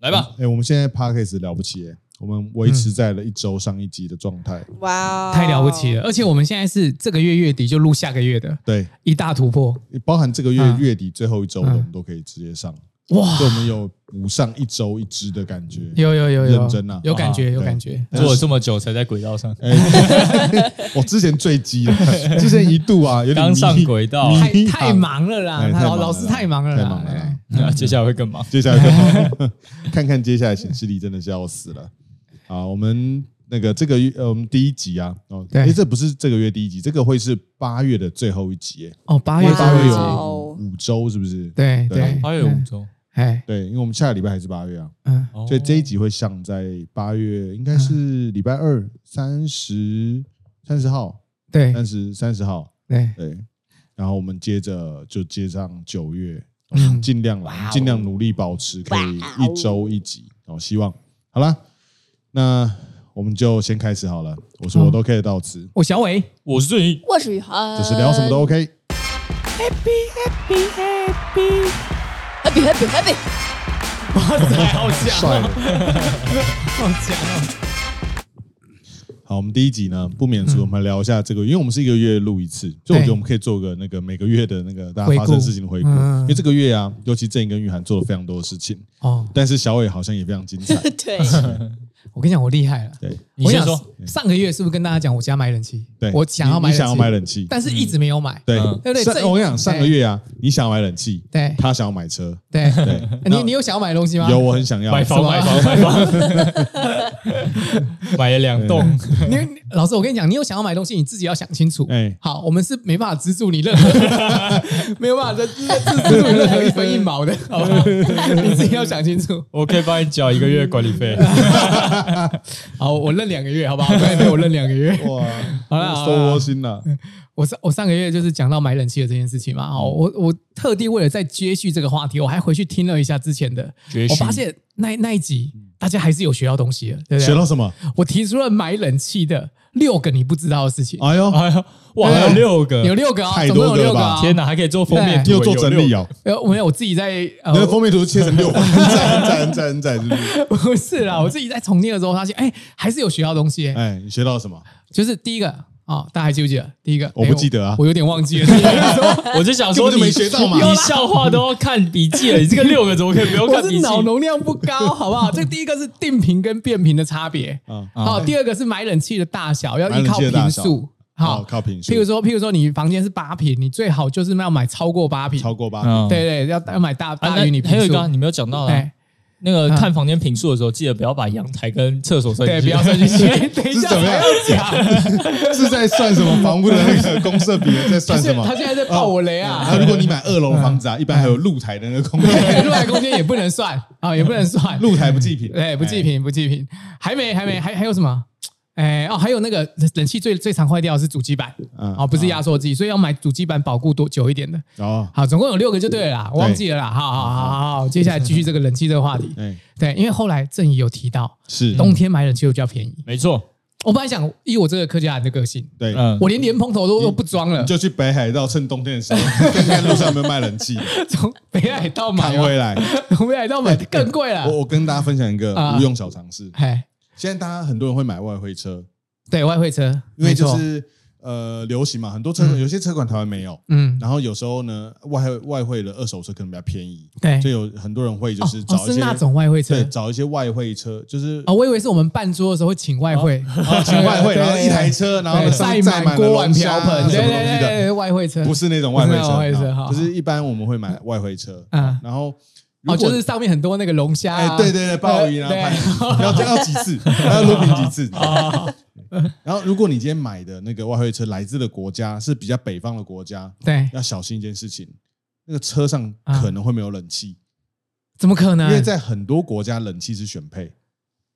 来吧，哎、我们现在 podcast 了不起、哎，我们维持在了一周上一集的状态。嗯哇哦，太了不起了！！而且我们现在是这个月月底就录下个月的对，一大突破，包含这个月嗯月底最后一周的，嗯我们都可以直接上，哇！所以我们有补上一周一支的感觉。有有有有，认真啊有感觉啊有对感觉。但是做了这么久才在轨道上，哎我之前坠机了， 之前一度啊，有点刚上迷轨道，迷太你太忙了啦，哎太忙老了老师太忙了啦，太忙了哎啦。那接下来会更忙。接下来就 看看接下来显示力真的是要死了啊！我们那个这个月呃，我们第一集啊，哦，对诶这不是这个月第一集，这个会是八月的最后一集耶，哦，八因月为哇八月底哇有哦五五周，是不是？对对对，八月五周，哎对，因为我们下个礼拜还是八月啊，嗯哦所以这一集会上在八月，应该是礼拜二三十三十号，对三十三十号，对对，然后我们接着就接上九月，哦嗯尽量啦，尽量努力保持可以一周一集，哦，希望好啦，那我们就先开始好了。我嗯说我都 OK 的到此，我小伟哦我是郑怡，我是宇航，就是聊什么呃都 OK。 happy happy happy。好强帅哦，的，好强哦，好，我们第一集呢，不免嗯俗，我们聊一下这个，因为我们是一个月录一次，所以我觉得我们可以做个那个每个月的那个大家发生事情的回顾。回顾嗯因为这个月啊，尤其郑颖跟玉涵做了非常多的事情，哦，但是小伟好像也非常精 彩。 对，我跟你讲，我厉害了。对你先我说想。上个月是不是跟大家讲我家买冷气？对，我想要你买，你想要买，冷 气，但是一直没有买。对嗯对不对上这我跟你讲，上个月啊，你想要买冷气，对他想要买车，对，对，哎你你有想要买的东西吗？有我很想要买房，什么买房， 买房，买了两栋，你你老师，我跟你讲，你有想要买东西，你自己要想清楚。哎好，我们是没办法资助你任何，没有办法资资助你任何一分一毛的，好不好？你自己要想清楚。我可以帮你缴一个月管理费。好，我认两个月，好不好？对，对，我认两个月。哇，好啦好啦收窝心了，我上我上个月就是讲到买冷气的这件事情嘛，嗯哦，我我特地为了再接续这个话题，我还回去听了一下之前的，绝我食发现那那一集大家还是有学到东西的，对不嗯学对？到什么？我提出了买冷气的六个你不知道的事情，哎呦，哎呀，哇，还有六个，有六个哦，太总多共啊个有了六个吧哦。天哪，还可以做封面图，你有做整理啊？哦？呃，没有，我自己在呃那，个封面图切成 六版，很窄很窄很窄很窄，是不是？不是啦，我自己在重听的时候发现，哎，还是有学到东西耶。哎，你学到什么？就是第一个啊、大家还记不记得？第一个我不记得啊哎我我有点 忘记了。第一个我就想说根本就你没学到嘛你笑话都要看笔记了，你这个六个怎么可以不用我看笔是记？脑容量不高，好不好？这第一个是定频跟变频的差别。啊，好、第二个是买冷气的大小要依靠买冷气的大频小数。好哦，靠平数譬如说，譬如说你房间是八平，你最好就是要买超过八平。超过八，嗯，对对，要要买大啊。大于你那还平有一数个。啊你没有讲到的哎，那个看房间评述的时候，记得不要把阳台跟厕所算进对，去，不要算进 去。等一是下怎么样才要讲，是在算什么房屋的那个公设比，在他算什现么？他现在在爆我雷啊！啊，如果你买二楼的房子啊，一般还有露台的那个空间，对，入来空间也不能算啊，也不能算。露台不计平，对，不计平，不计平，还没，还没，还还有什么？哎哦，还有那个冷气最最常坏掉的是主机板，嗯哦，不是压缩机，所以要买主机板保固多久一点的。哎。哦，好，总共有六个就对了啦，我忘记了啦。好好好好好，接下来继续这个冷气这个 话题。哎，对，因为后来郑怡有提到，是，冬天买冷气又比较便宜。 没错，我本来想，以我这个客家人的个性，对，嗯，我连连蓬头都都不装了你，就去北海道趁冬天的时嗯候， 看看路上有没有卖冷 气，从北海道看买哦，回来。北海道买更贵了。哎我我跟大家分享一个啊无用小常识，哎，现在大家很多人会买外汇车，对外汇车，因为就没错是呃流行嘛，很多车、有些车款台湾没有，嗯，然后有时候呢外汇外汇的二手车可能比较便宜，对，所以有很多人会就是哎哦找哦一是些、那种外汇车对，找一些外汇车，就是啊、我以为是我们办桌的时候会请外汇，啊请外汇，对对对然后一台车，然后呢对上载面载满满锅碗瓢了龙虾啊盆，什对么对东对西对的，对，外汇车不是那种外汇不是那种外汇车啊好就是一般我们会买外汇车，嗯然后如果哦，就是上面很多那个龙虾、哎啊，对对对，鲍鱼然后对哦拍要这样要几次， 还要录屏几 次。然后，如果你今天买的那个外汇车来自的国家是比较北方的国家，对，要小心一件事情，那个车上啊可能会没有冷气，怎么可能？因为在很多国家冷气是选配，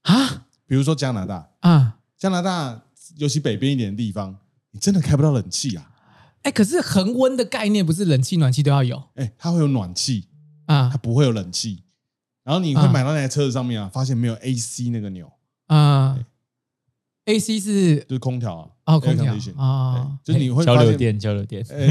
啊比如说加拿大，啊，加拿大尤其北边一点的地方，你真的开不到冷气啊！哎、可是恒温的概念不是冷气、暖气都要有哎，它会有暖气，它啊不会有冷气。然后你会啊买到那台车子上面啊，发现没有 AC 那个钮，啊 AC 是就是空调啊，哦空 air 调 condition 啊，就是你会交发流现，电，交流电，哎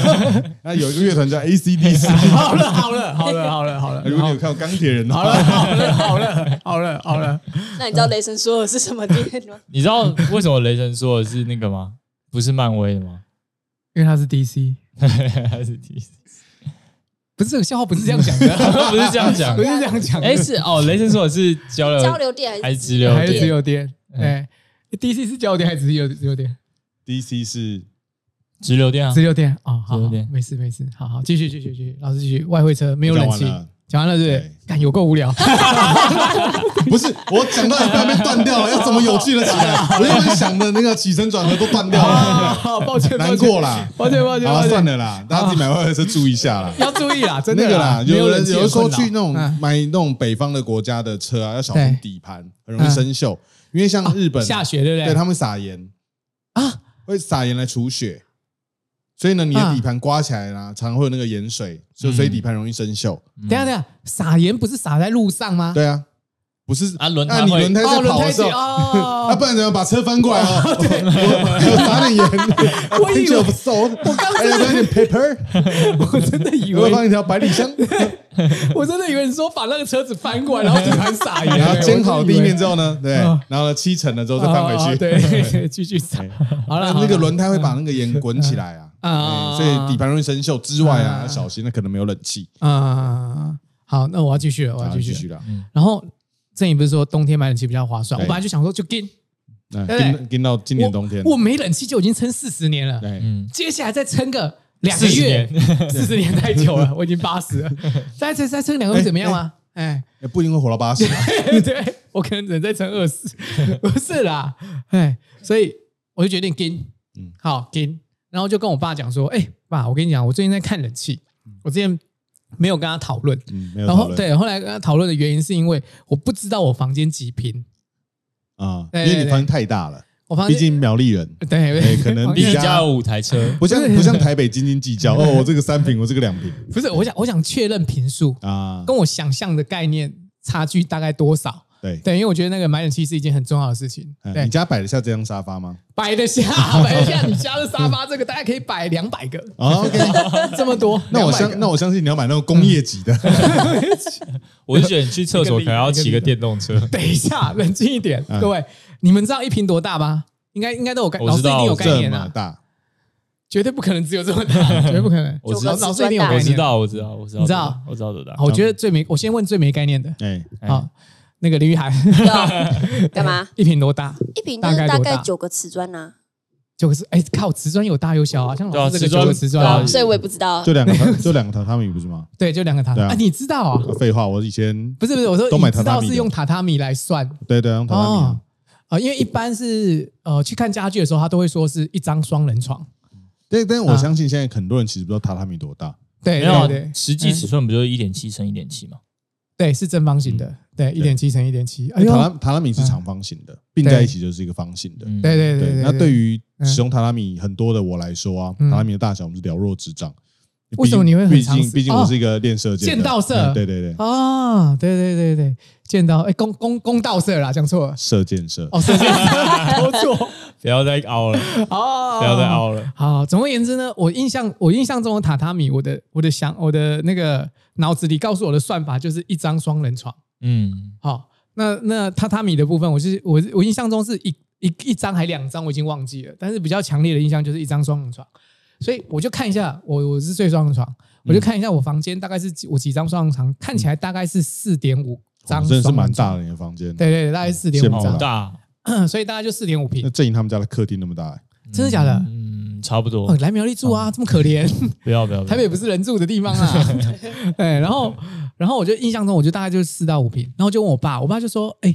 那有一个乐团叫 ACDC， 好了好了好了好了好了，如果你有看过钢铁人的好话，了好了好了好了好了，那你知道雷神说的是什么电吗？你知道为什么雷神说的是那个吗？不是漫威的吗？ 因为他是 DC，还是 DC？不是这个笑话不是这样讲的，不是这样讲不，是这样讲的哎，，是哦，雷神说的是交流交流电还是直流？流呃还是只电？有电，哎，DC 是焦点还是只有只有电？ DC 是直流电啊只，有电哦，好只有好电，没事没事，好好继续继续继续，老师继续，外汇车没有冷气讲完了，啊讲完了对不对对？干有够无聊，不是我讲到一半被断掉 了，要怎么有趣的起来？我原本想的那个起承转合都断掉啊了，好抱歉，抱难歉过，啦。抱歉抱歉，好抱了，歉算了啦，大家自己买外汇车注意一下啦。要注意啦，真的啊那个啦，没有冷人气有的人说困扰去那种嗯买那种北方的国家的车啊，要小心对嗯哦底盘，很容易生锈，因为像日本下雪，对不对他们撒盐啊，会撒盐来除雪，所以呢，你的啊嗯底盘刮起来啦，常会有那个盐水，所以所以底盘容易生锈。嗯等一下等一下，撒盐不是撒在路上吗？对啊，不是啊轮那胎你会轮胎在哦，轮跑的胎时节候，啊，哦，不然怎么把车翻过来啊？有撒点盐， 我以为 Pinch of salt，我哎刚才有点 paper， 我真的以我为，放一条百里 香，我真的以为你说把那个车子翻过来，然后底盘撒盐，然后煎好地面之后后呢，对啊，然后呢七成了之后再放回去，哦对， 继续撒哎。好了，那那个轮胎会把那个盐滚起来啊，嗯啊哎所以底盘容易生锈之外啊，啊小心那可能没有冷气，啊，好，那我要继续了，我要好继啊继续续了。啦。然后正宇不是说冬天买冷气比较划算，对我本来就想说就跟那对不对跟跟到哎今年冬天，哎我没冷气就已经撑四十年了，对，嗯，接下来再撑个两个40月，年 四十年太久了，我已经八十了， 再再再撑两个月怎么样啊？哎，哎不一定会活到八十啊， 对我可能只能再撑二十， 不是啦，哎，所以我就决定跟，嗯好跟，然后就跟我爸讲说，哎、爸，我跟你讲，我最近在看冷气，我之前没有跟他讨论，嗯，没有然讨后论对，后来跟他讨论的原因是因为我不知道我房间几平，啊，因对为对你对房间太大了，我房毕间竟苗栗 人，对哎可能房毕间竟家有五台车， 不像不像台北斤斤计较哦，我这个三瓶，我这个两瓶不是，我想我想确认平数啊，跟我想象的概念差距大概多少。对，对，因为我觉得那个买冷气是一件很重要的事情。哎嗯对你，家摆得下这张沙发 吗？摆得下，摆得下你家的沙发，这个大概可以摆两百个，啊，OK，哦这 么多。 那我200个嗯相那我相信你要买那种工业级的，我就觉得你去厕所可能要骑个电动车。等一下，冷静一点，嗯各位，你们知道一瓶多大吗？应该应该都有概，我老知师一道定有概这念么啊，大，绝对不可能只有这 么大，绝对不可能。我知道老师一定有概我念，知。道，我知道，我知道，你知道我知道多大好，。我觉得最没，我先问最没概念的哎，哎好，那个林雨涵对干 嘛？一瓶多大？一瓶就是大概大多大概九个瓷砖啊呐，九个是哎，靠，瓷砖有大有小啊，像对啊老师这瓷个砖九个瓷对啊砖哦，所以我也不知道就。两个榻就两个榻榻米不是吗？对，就两个榻对啊榻啊，你知道啊？啊废话，我以前不是不是，我说都买你榻榻米知道的是用榻榻米来算对对，用榻榻米啊哦，啊，因为一般是呃去看家具的时候，他都会说是一张双人床，但但我啊相信现在很多人其实不知道榻榻米多大，对没有啊对对，实际尺寸不就是一点七乘一点七吗？对是正方嗯形的，对一点七乘一点七，哎因为呦，榻榻榻榻米是长方形的，并在一起就是一个方形的。嗯，对对对那对于于使用榻榻米很多的我来说啊，嗯榻榻米的大小我们是了若指掌。为什么你会很毕常竟使毕竟我是一个练射箭的，哦剑道社嗯对对对，啊，对对对对，见到哎公公公道社啦，讲错了，射箭社。哦，射箭社都错， 不要再凹了，哦，不要再凹了。好，总而言之呢，我印象我印象中的榻榻米，我的我的想我的那个脑子里告诉我的算法就是一张双人床。嗯，好、那那榻榻米的部分，我是我我印象中是一一一张还两张，我已经忘记了，但是比较强烈的印象就是一张双人床，所以我就看一下，我我是睡双人床，嗯我就看一下我房间大概是几我几张双人床，看起来大概是四点五张哦，双真的是人床，蛮大的你的房间，对对对，大概四点羡慕五好啊张大， 所以大概就四点五那平，郑颖他们家的客厅那么大，欸真的假的？嗯，差不哦多，。来苗栗住啊，这么可怜。不要不要，不要台北不是人住的地方 啊。对，然后然后我就印象中，我就大概就是四到五平，然后就问我爸，我爸就说，哎、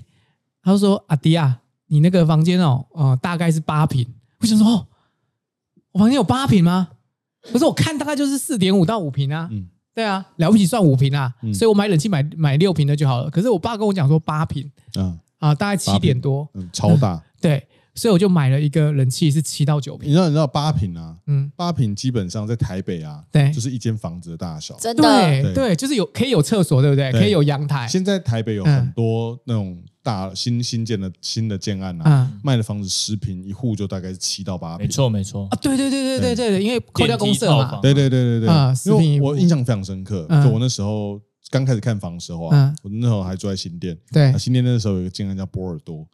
他就说阿迪啊，你那个房间哦，呃，大概是八平。我想说，哦，我房间有八平吗？可是我看大概就是四点五到五平啊。嗯对啊，了不起算五平啊，嗯所以我买冷气买买六平的就好了。可是我爸跟我讲说八平嗯啊，大概七点多，嗯，超大，对，所以我就买了一个冷气是七到九你平，知道你知道八平啊，嗯，八平基本上在台北啊，对就是一间房子的大小。真的，对对对，就是有可以有厕所，对不对？对可以有阳台，现在台嗯北有很多那种大新新建的新的建案啊，嗯卖的房子十平一户就大概是七到八没平。错没错 啊，，对对对对对对对，因为扣掉公社电梯套嘛房，对对对对对，啊因10平为一户我印象非常深刻，嗯就我那时候刚开始看房的时候啊嗯，哎我那时候还住在新店，对啊，新店那时候有一个建案叫波尔多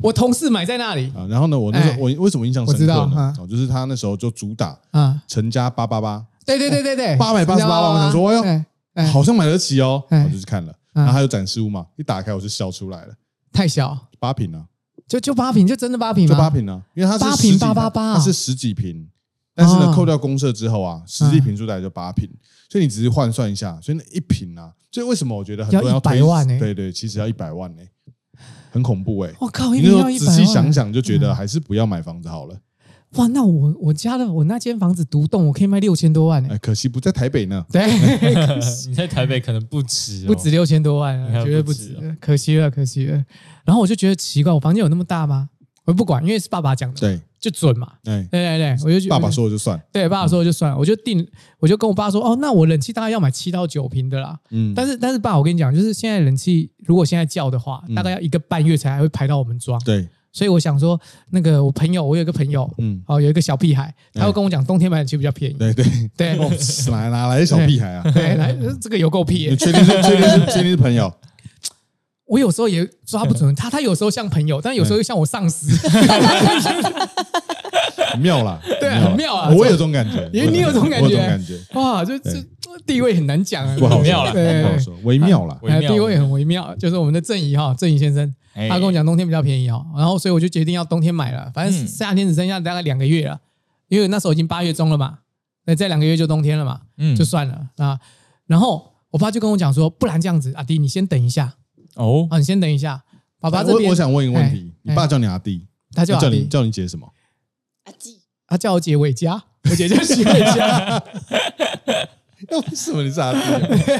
我同事买在那里啊，然后呢，我那时哎候我为什么印象深我知刻道呢啊？哦，就是他那时候就主打啊，成家八八嗯八，对对对对对， 888你知道吗我想说哎呦哎哎好像买得起哦，哎我就去看了，嗯然后还有展示屋嘛，一打开我就笑出来了，太小，八平啊，就就八平，就真的八平就吗？八平啊，因为它是八十几平888啊它是十几平，但是呢哦，嗯扣掉公社之后啊，实际平数大概就八平，所以你只是换算一下，所以那一平啊，所以为什么我觉得很多人要要推100万欸对对，其实要一百万呢，欸很恐怖哎。我靠，你一那年时要候一百仔万。嗯细想想，就觉得还是不要买房子好了。哇，那我我家的我那间房子独栋，我可以卖六千多万呢、欸哎，可惜不在台北呢。 对，可惜你在台北可能不止、哦，不止六千多万你啊，看绝对不不止止，可惜了，可惜了。然后我就觉得奇怪，我房间有那么大吗？我不管，因为是爸爸讲的，对，就准嘛。哎，对对对，我就觉得爸爸，说了就算。对爸爸说就算了，我就定，我就跟我爸说，哦，那我冷气大概要买七到九平的啦。嗯，但是但是爸，我跟你讲，就是现在冷气如果现在叫的话，嗯大概要一个半月才会排到我们装。对，所以我想说，那个我朋友，我有一个朋友，嗯，哦，有一个小屁孩，他会跟我讲，冬天买冷气比较便宜。对对，对 哦哪哪来的小屁孩啊？ 对，来，这个有够屁耶、你确定是确定是确定是朋友？我有时候也抓不准他，他有时候像朋友，但有时候又像我上司。很妙啦，对很妙啊我有这种感觉，因为你有这种感觉我有这种感觉，哇，就这地位很难讲啊，不好很说妙啦对不好说，微妙啊啦。哎微妙哎地位很微妙。就是我们的郑怡哈，郑怡先生，哎他跟我讲冬天比较便宜哦，然后所以我就决定要冬天买了，反正嗯夏天只剩下大概两个月了，因为那时候已经八月中了嘛，那再两个月就冬天了嘛，嗯就算了啊。然后我爸就跟我讲说，不然这样子，阿弟你先等一下哦，啊，你先等一下，爸爸这我边我想问一个问题，哎你爸叫你阿弟，他叫那阿叫弟你，叫你姐什 么？阿季他叫我姐伟佳，我姐叫徐伟 佳。那为什么你是阿弟？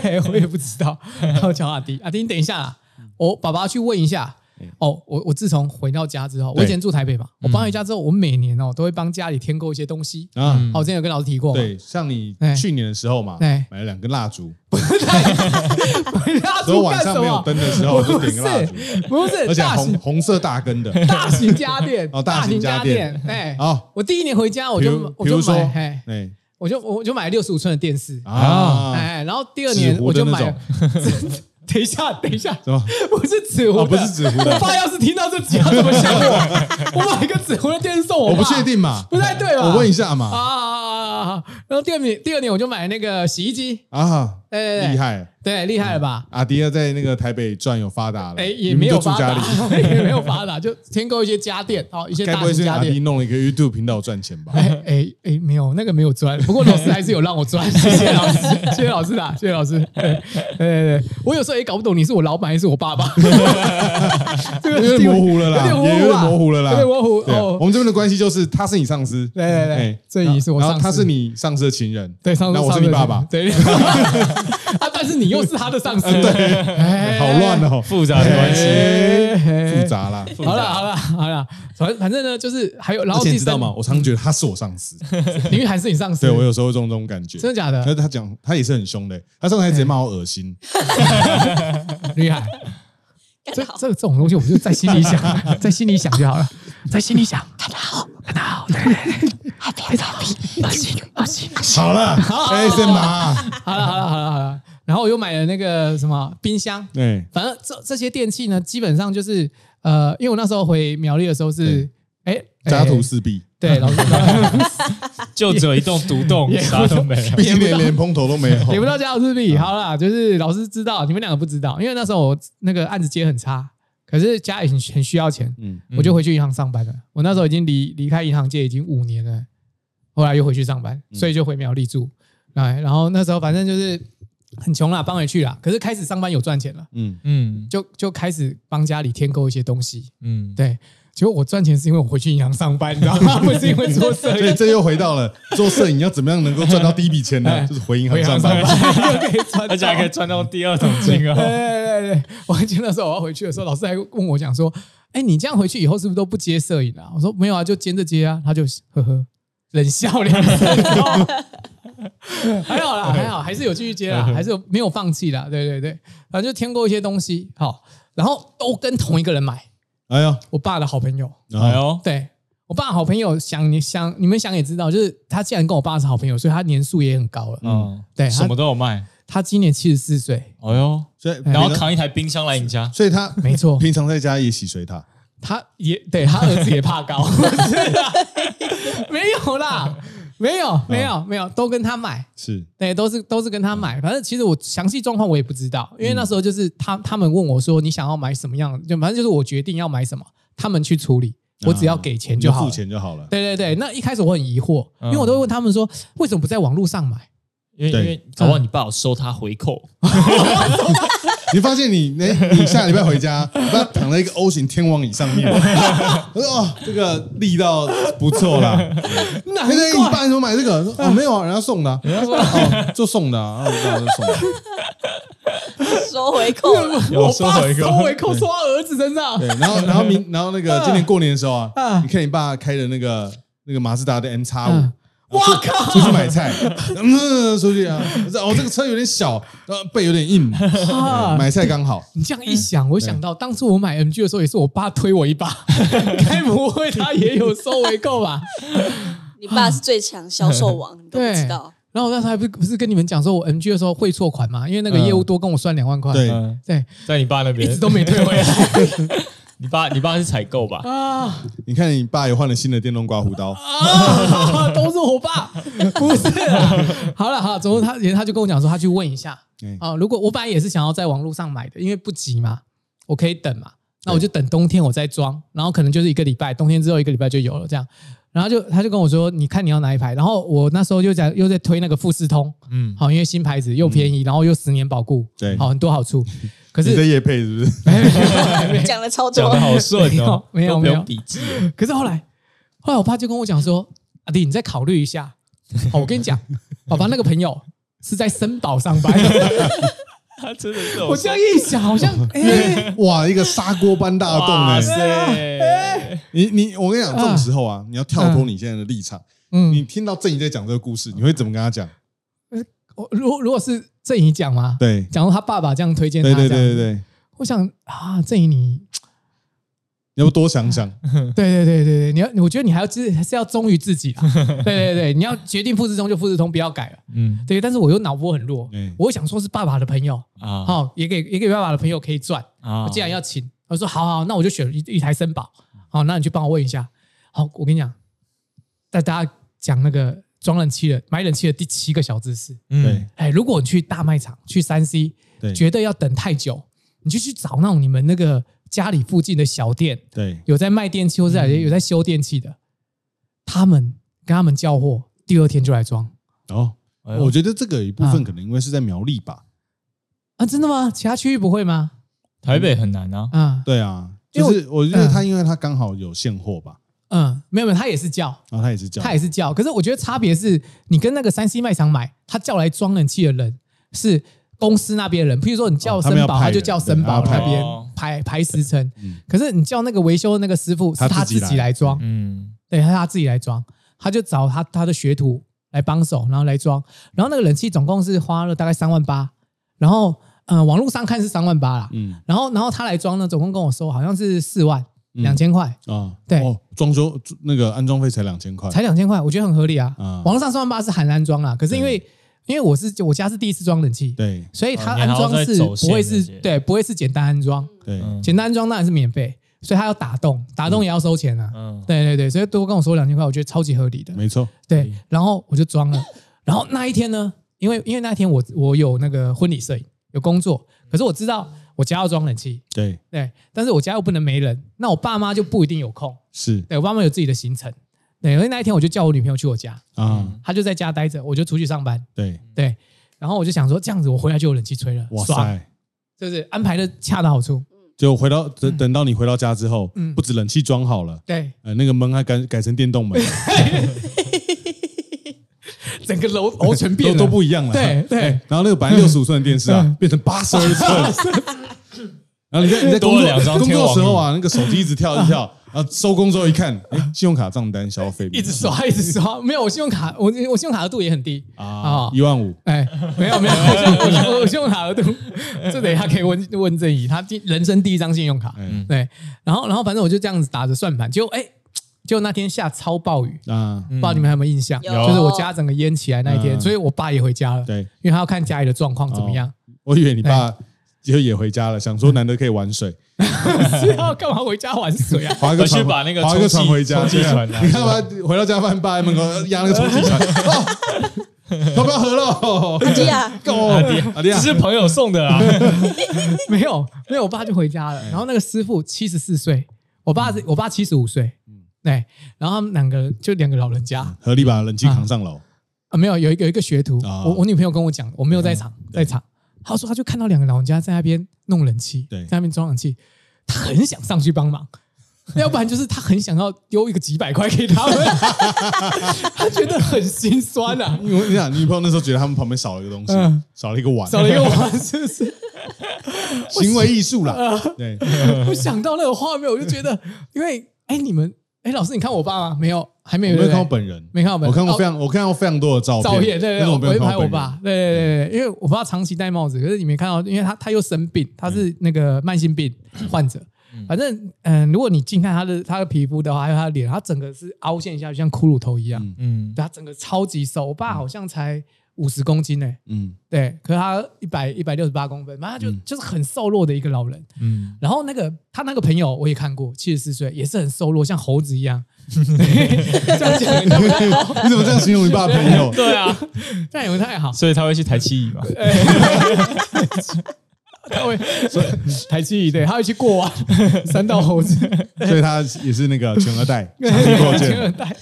对，我也不知道。然后叫阿迪，阿迪，你等一下啦，嗯我爸爸去问一下。哦，我我自从回到家之后，哎我对嗯以前住台北嘛，我搬回家之后，我每年哦都会帮家里添购一些东西。 啊，嗯哦，我之前有跟老师提过嘛， 对，像你哎去年的时候嘛，哎买了两根蜡烛，蜡所以烛晚干什上没有么？灯的时候就点个蜡烛，不是而且大红型红色大根的。大型家电， 哦大大型家家电电。哎，好，我第一年回家， 我比就如我比就如说，买，哎，哎我就我就买六十五寸的电视，啊，哎，然后第二年纸我糊就的买那了种。 等一下，等一下，什么？不是纸糊哦，的，不是纸糊 我的，爸要是听到这集，他怎么想 我？我买一个纸糊的电视送我我爸不确，定嘛，不太对吧？我问一下啊嘛。啊啊！然后第二年，第二年我就买那个洗衣机，啊，对对对厉害！对，厉害了吧？阿迪要在那个台北转有发达了，哎，明也明没有就住发家达 里。，也没有发达，就添购一些家电，哦，一些该大不会型是家阿迪电。弄了一个 YouTube 频道赚钱吧？哎哎哎，没有那个没有赚，不过老师还是有让我赚， 谢谢老师，谢谢老师啦，谢谢老师。对对对对，我有时候也搞不懂你是我老板还是我 爸爸，这有点模糊了啦，有也有点点模糊了啦，有点模糊 对啊哦我们这边的关系就是，他是你上司，对对对哎这也是我然后上司他是你上司的情人，对，上那司我是你爸呃爸， 对，啊，但是你又是他的上司，对，好乱哎哦，哎复杂的关系，复复。杂啦。复好杂了好了好了，反正反正呢，就是还有，然而后且第你知道三吗？，我常觉得他是我上 司，因为还是你上司，对我有呃时候会这种这种感觉。真的假的但？是他讲，他也是很凶的，他上台直接骂我恶心，厉害，干这得好，这这种东西，我们就在心里 想，在心里想就好了，在心里想， 看他好，看他好，对对哎对，还别逃避，恶心恶心。好了，哎，是嘛？好了好了好了好了，然后我又买了那个什么冰箱，对，反正这这些电器呢，基本上就是呃，因为我那时候回苗栗的时候是，哎，家徒哎四壁，对，老师 就只有一栋独栋，啥都没哎了。毕竟 连连蓬头都没有，也不知道家有日嗯币。好啦，就是老师知道，你们两个不知道，因为那时候我那个案子接很差，可是家里很很需要钱，嗯，我就回去银行上班了。我那时候已经离离开银行界已经五年了，后来又回去上班，所以就回苗栗住。哎，然后那时候反正就是很穷啦，搬回去啦。可是开始上班有赚钱了，嗯，嗯就就开始帮家里添购一些东西。 嗯，对，结果我赚钱是因为我回去银行上班，你知道吗？ 不是因为做生意 所。以这又回到了做摄影要怎么样能够赚到第一笔钱哎呢？就是回银回行银行上上班。班又可以赚到，而且还可以赚到第二桶金 对哦。对对对，我还记得那时候我要回去的时候，老师还问我讲说：“哎，你这样回去以后是不是都不接摄影啊？我说没有啊，就兼着接啊。他就呵呵冷笑两声， 然后还好啦，还好，还是有继续接啦，还是有没有放弃啦。对对对，反正就添购一些东西，好，然后都跟同一个人买， 哎呀，我爸的好朋友。哎然后呦，对我爸的好朋友想你想你们想也知道，就是他既然跟我爸是好朋友，所以他年数也很高了。嗯，对他什么都有卖，他今年七十四岁，哎呦，所以然后平常扛一台冰箱来你家，所以他没错平常在家也洗水塔，他也对他儿子也怕高， 是啊没有啦，没有没有没有，都跟他买，是对，都是都是跟他买。反正其实我详细状况我也不知道，因为那时候就是他他们问我说你想要买什么样，就反正就是我决定要买什么，他们去处理，我只要给钱就好付了。钱就好了。对对对，那一开始我很疑惑，因为我都会问他们说为什么不在网络上买？因为因对为搞不好你爸有收他回扣，你发现你那你下礼拜回家，你爸躺在一个 O 型天王椅上面， 我说哦，这个力道不错啦。 难哎，对你爸怎么买这个？说哦，没有啊，人家送的啊。人家说哦，就送的啊，啊我爸就送的。收回扣了，有我收爸回扣收回扣收到儿子身上对，，然 后然后明然后那个今年过年的时候啊，啊你看你爸开的那个那个马自达的 M 叉五嗯。哇靠！出去买菜，嗯，出去啊！哦，这个车有点小，呃，背有点硬，啊买菜刚好。你这样一想，我想到当初我买 MG 的时候，也是我爸推我一把，该不会他也有收回购吧？你爸是最强销售王，你都不知道。然后我那时候还不不是跟你们讲说，我 MG 的时候汇错款嘛，因为那个业务多跟我算两万块，对嗯，对，在你爸那一边直都没退回来你爸你爸是采购吧？啊你看你爸也换了新的电动刮胡刀， 啊！都是我爸，不是啦。好了好了，总之他他就跟我讲说，他去问一下嗯啊。如果我本来也是想要在网络上买的，因为不急嘛，我可以等嘛。那我就等冬天我再装，然后可能就是一个礼拜，冬天之后一个礼拜就有了这样。然后就他就跟我说，你看你要哪一排？然后我那时候就在又在推那个富士通，嗯，好，因为新牌子又便宜，然后又十年保固，嗯对好很多好 处。可你在是夜配是不是？ 讲了 超讲多的，好顺哦，没都有不没有用笔记了，可是后来，后来我爸就跟我讲说：“阿弟，你再考虑一下。”好，我跟你讲，爸爸那个朋友是在森宝上班。 他真的 是我这样一想，好像哎、 哇，一个砂锅般大的洞哇哎！塞，你你，我跟你讲，这种时候啊，你要跳脱你现在的立场，你嗯，听到正义在讲这个故事，你会怎么跟他讲？我如如果是正怡讲嘛，对，讲说他爸爸这样推荐他，对对对对对，对，我想啊，正怡你，你要不多想想，对对对对对，你要，我觉得你还要自还是要忠于自己啊，对对对，你要决定富士通就富士通，不要改了。嗯对，但是我又脑波很弱，嗯我想说是爸爸的朋友，啊好、也给也给爸爸的朋友可以赚，啊我既然要请，我说好好，那我就选一一台森宝。好，那你去帮我问一下。好，我跟你讲，带大家讲那个装冷气的、买冷气的第七个小知识。对嗯，哎，如果你去大卖场、去三 C，对觉得要等太久，你就去找那种你们那个家里附近的小店，对，有在卖电器或者嗯有在修电器的，他们跟他们交货，第二天就来装然后哎呦我觉得这个有一部分啊可能因为是在苗栗吧，啊？真的吗？其他区域不会吗？台北很难啊，啊，对啊，因就为是我觉得他因为他刚好有现货吧，嗯，没有没有，他也是叫，然后他也是这样，他也是叫，可是我觉得差别是你跟那个三 C 卖场买，他叫来装冷气的人是公司那边的人，譬如说你叫哦他森们要宝，派他人就叫森宝对他那要边派排排时辰嗯，可是你叫那个维修的那个师傅是他他自己自己来来装，嗯，对，他他自己来装，他就找他他的学徒来帮手，然后来装，然后那个冷气总共是花了大概三万八，然后呃网络上看是三万八啦，嗯然后然后他来装呢，总共跟我收好像是四万嗯两千块，啊，对哦，装修那个安装费才两千块，才两千块，我觉得很合理啊。嗯啊网络上三万八是含安装啦，可是因为因为我是我家是第一次装冷气，对所以它哦你还安要装再是走不线会那是些对不会是简单安装，对，嗯简单安装当然是免费，所以它要打洞，打洞也要收钱啊。嗯，对对对，所以多跟我收两千块，我觉得超级合理的。没错，对，然后我就装了， 然后那一天呢，因为因为那一天我我有那个婚礼摄影有工作，嗯可是我知道我家要装冷气，对，对，但是我家又不能没人，那我爸妈就不一定有空，是对我爸妈有自己的行程，对，所以那一天我就叫我女朋友去我家，啊，他就在家待着，我就出去上班。对，对，然后我就想说，这样子我回来就有冷气吹了，嗯哇爽，塞。就是安排的恰到好处。就回到等等到你回到家之后，嗯不止冷气装好了，对，呃，那个门还改改成电动门，整 个楼楼层都变了都 不一样了。对对嗯 然后那个本来六十五寸的电视啊，变成八十二寸，然后你在你在工多了两作张工天作的王时候啊，那个手机一直跳一直 跳，然后收工之后一看，哎，信用卡账单消费一直刷，一直刷。没有，我信用卡，我我信用卡额度也很低。啊啊，一万五，哎，没有没有，我信我信用卡额度， 这等一下可以问问郑怡，他第人生第一张信用卡。嗯对，然后然后反正我就这样子打着算盘，结果哎，结果那天下超暴雨，啊，不知道你们还有没有印象？有就是我家整个淹起来那一天，嗯所以我爸也回家了，对因为他要看家里的状况怎么样。我以为你哎爸就也回家了，想说难得可以玩 水， 是要干嘛回家玩 水啊？划一个船回去把那个划一个船充气回家，充气对啊船拿你看吧，回到家发现爸在门口压那个充气 船，哦要不要喝了？哦阿迪啊亚，够阿弟阿弟这是朋友送的啊，没有，没有，我爸就回家了。然后那个师傅七十四岁，我爸是我爸七十五岁，对。然后他们两个就两个老人家合力把冷气扛上楼，啊，没有有一个有一个学徒，啊我我女朋友跟我讲，我没有在场，在场。她说她就看到两个老人家在那边弄冷气，对在那边装冷气，她很想上去帮忙。要不然就是她很想要丢一个几百块给他们， 她觉得很心酸啊，因为你想，你女朋友那时候觉得他们旁边少了一个东西嗯，少了一个碗，少了一个碗，是不是？ 行为艺 术啦。嗯对，我想到那个画面，我就觉得，因为哎、你们哎、老师，你看我爸吗？没有，还没我有，没有对不看对过本人，没看过本人哦我看过非常，我看过非常多的照照片，对但对对，是我我没有会看拍过我本人。爸，对对对对，因为我爸长期戴帽子，可是你没看到，因为他他又生病，他是那个慢性病患者。反正，嗯、如果你近看他的他的皮肤的话，还有他的脸，他整个是凹陷下去，像骷髅头一样。嗯嗯，对他整个超级瘦，我爸好像才五十公斤呢、嗯，对，可是他一百一百六十八公分，反正他就、嗯就是很瘦弱的一个老人。嗯，然后那个他那个朋友我也看过，七十四岁也是很瘦弱，像猴子一样。 这样讲人家不太好， 你怎么这样形容你爸的朋 友？对啊，这样也不太好。所以他会去台七乙嘛，他会台积椅对，他会去过啊， 三道猴子，所以他也是那个全额 贷，过全 件，二代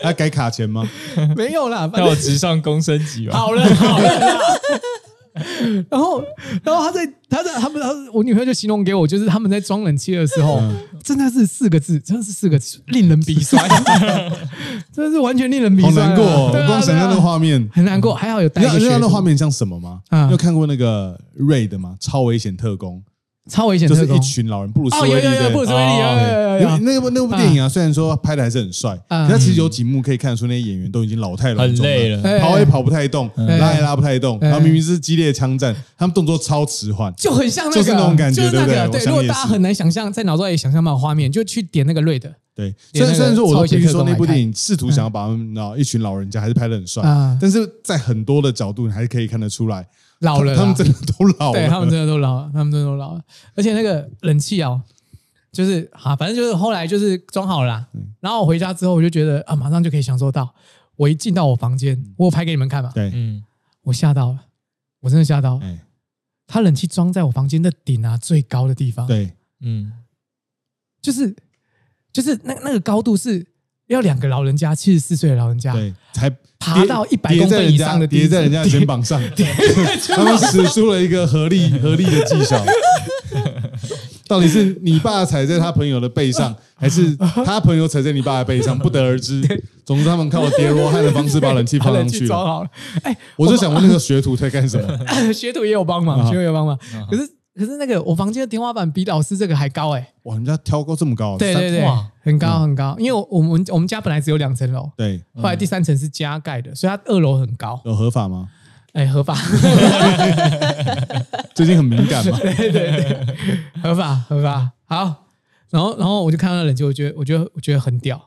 他改卡钱吗？ 没有啦，反要正直上公升级嘛， 好了好了啦。 然后，然后他在他在他们，他我女朋友就形容给我，就是他们在装冷气的时候，真的是四个字，真的是四个字，令人鼻酸， 真的是完全令人鼻好酸啊、难过哦，对啊我光想象那个，对啊画面。很难过。还好有带你一知道个你知学道那徒画面像什么吗？嗯你有看过那个 Ray 的吗？超危险特工，超危险就特是工一群老人，布鲁斯哦，威有利有的哦有，布鲁斯威利，有有有因为有有，那部那部电影啊，虽然说拍的还是很帅，嗯可是它其实有几幕可以看得出那些演员都已经老态龙很钟累了，了，哎跑也跑不太动，嗯拉也拉不太动，嗯然后明明是激烈枪战，他们动作超迟缓，就很像那个，就是那种感觉就是那个对不对我如想果也大家是很难想象，在脑中也想象不到画面，就去点那个瑞的对，虽连那个然虽然说我超都级必须说特工那部来看电影试图想要把他们啊一群老人家还是拍的很帅嗯，但是在很多的角度你还可以看得出来，老了啦，他们真的都老对他们了，真的都老 了，他们真的都老了，而且那个冷气啊、就是啊，反正就是后来就是装好了啦嗯然后我回家之后，我就觉得啊，马上就可以享受到。我一进到我房间，我有拍给你们看嘛，嗯对，嗯，我吓到了，我真的吓到了。哎，它冷气装在我房间的顶啊最高的地方，，对，嗯，就是就是那那个高度是要两个老人家，七十四岁的老人家，对，才爬叠到100叠公分在人以家上的地叠在人家的叠肩膀上， 他们使出了一个合力合力的技巧。到底是你爸踩在他朋友的背上，还是他朋友踩在你爸的背上，不得而知。总之，他们靠叠罗汉的方式把冷气把放冷上 气去装了。 好了。哎，我就想问，那个学徒在干什 么？学徒也有帮啊忙，学徒也有帮忙，可是可是那个我房间的天花板比老师这个还高哎、哇，人家挑高这么高，啊对哦三嗯对对哇，很高很高，因为我我们我们家本来只有两层楼，对，后来第三层是加盖的，所以它二楼很高，有合法吗？哎，合 法，最近很敏感 嘛。对对对，合法合法，好，然后然后我就看到那冷气，我觉得我觉得我觉得很屌，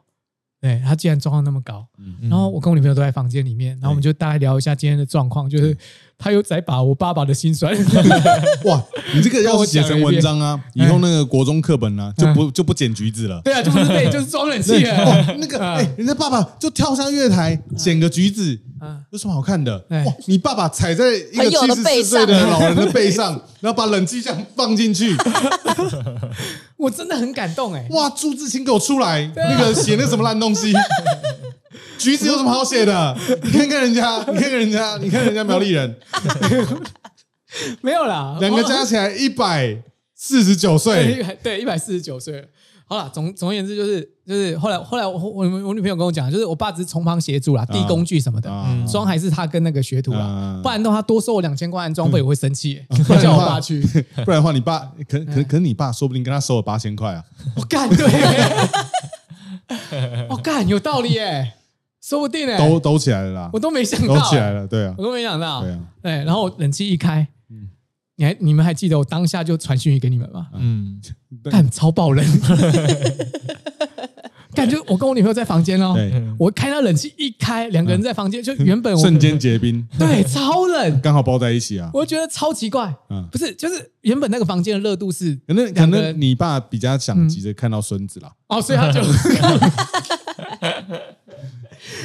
对它竟然装到那么高，嗯然后我跟我女朋友都在房间里面，然后我们就大概聊一下今天的状况，就是他有在把我爸爸的心酸， 哇，你这个要是写成文章啊，以后那个国中课本啊，就不就不捡橘子了。对啊，就不是被就是装冷气对，了，哦，那个，啊哎、人家爸爸就跳上月台捡个橘子，嗯有什么好看的？哎哇，你爸爸踩在一个朋友七的十背四上岁的老人的背 上，然后把冷气这样放进去， 我真的很感动哎、哇，朱自清给我出来，啊那个写那什么烂东西。橘子有什么好写的？你看看人家，你看看人家，你看人家苗栗人，没有啦，两个我加起来一百四十九对，岁，一百对一百四十九岁了。好了，总总而言之就是就是后来后来我我我女朋友跟我讲，就是我爸只是从旁协助啦，递工具什么的，啊装还是他跟那个学徒啦。啊不然的话，多收我两千块钱装备，我会生气耶、 不然的叫我话爸去。 不然的话，你爸可哎可可你爸说不定跟他收了八千块啊，我哦干，对，我干，有道理耶、说不定哎、兜兜起来了啦我，都没想到、兜起来了，对啊我，都没想到。对啊，嗯对，然后我冷气一开，你还你们还记得我当下就传讯息给你们吗？嗯，对干超爆冷， 感觉我跟我女朋友在房间哦，对，嗯我开到冷气一开，两个人在房间，就原本我 瞬间结冰，对超冷，刚好包在一起啊，我觉得超奇怪，嗯，不是就是原本那个房间的热度是可能可两个嗯能你爸比较想急着看到孙子啦，哦，所以他 就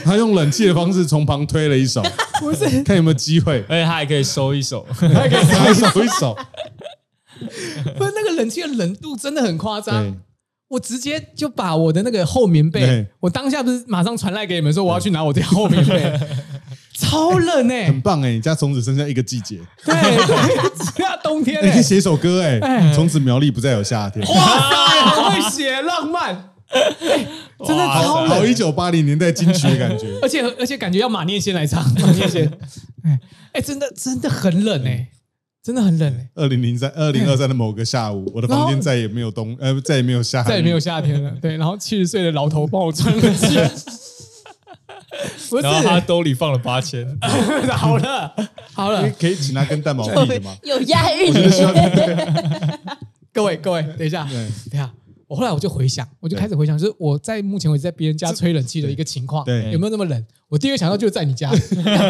他用冷气的方式从旁推了一手，不是看有没有机 会，而且哎他还可以收一手，还手一手，不是那个冷气的冷度真的很夸对张。，我直接就把我的那个厚棉被对，我当下不是马上传来给你们说我要去拿我的厚棉被， 超冷哎、很棒哎，你家从此剩下一个季节，对对，只要冬天 你哎、哦可以写首歌哎，从此苗栗不再有夏天。哇塞，好会写浪漫，哎真的哇塞超好冷，，一九八零年代金曲的感觉而且而且感觉要马念先来唱， 马念先，哎哎，真的真的很冷哎、真的很冷哎、二零零三、二零二三的某个下午，我的房然后间再也没有冬，呃，再也没有夏，再也没有。夏天了。对，然后七十岁的老头帮我穿个 气，不然后他是，兜里放了八千， 好了好了，可以请他跟蛋 毛比的吗？有押韵我觉得需要各位各位，等一下等对 一下。啊我后来我就回想，我就开始回想，就是我在目前为止在别人家吹冷气的一个情况，对对有没有那么冷？我第一个想到就是在你家，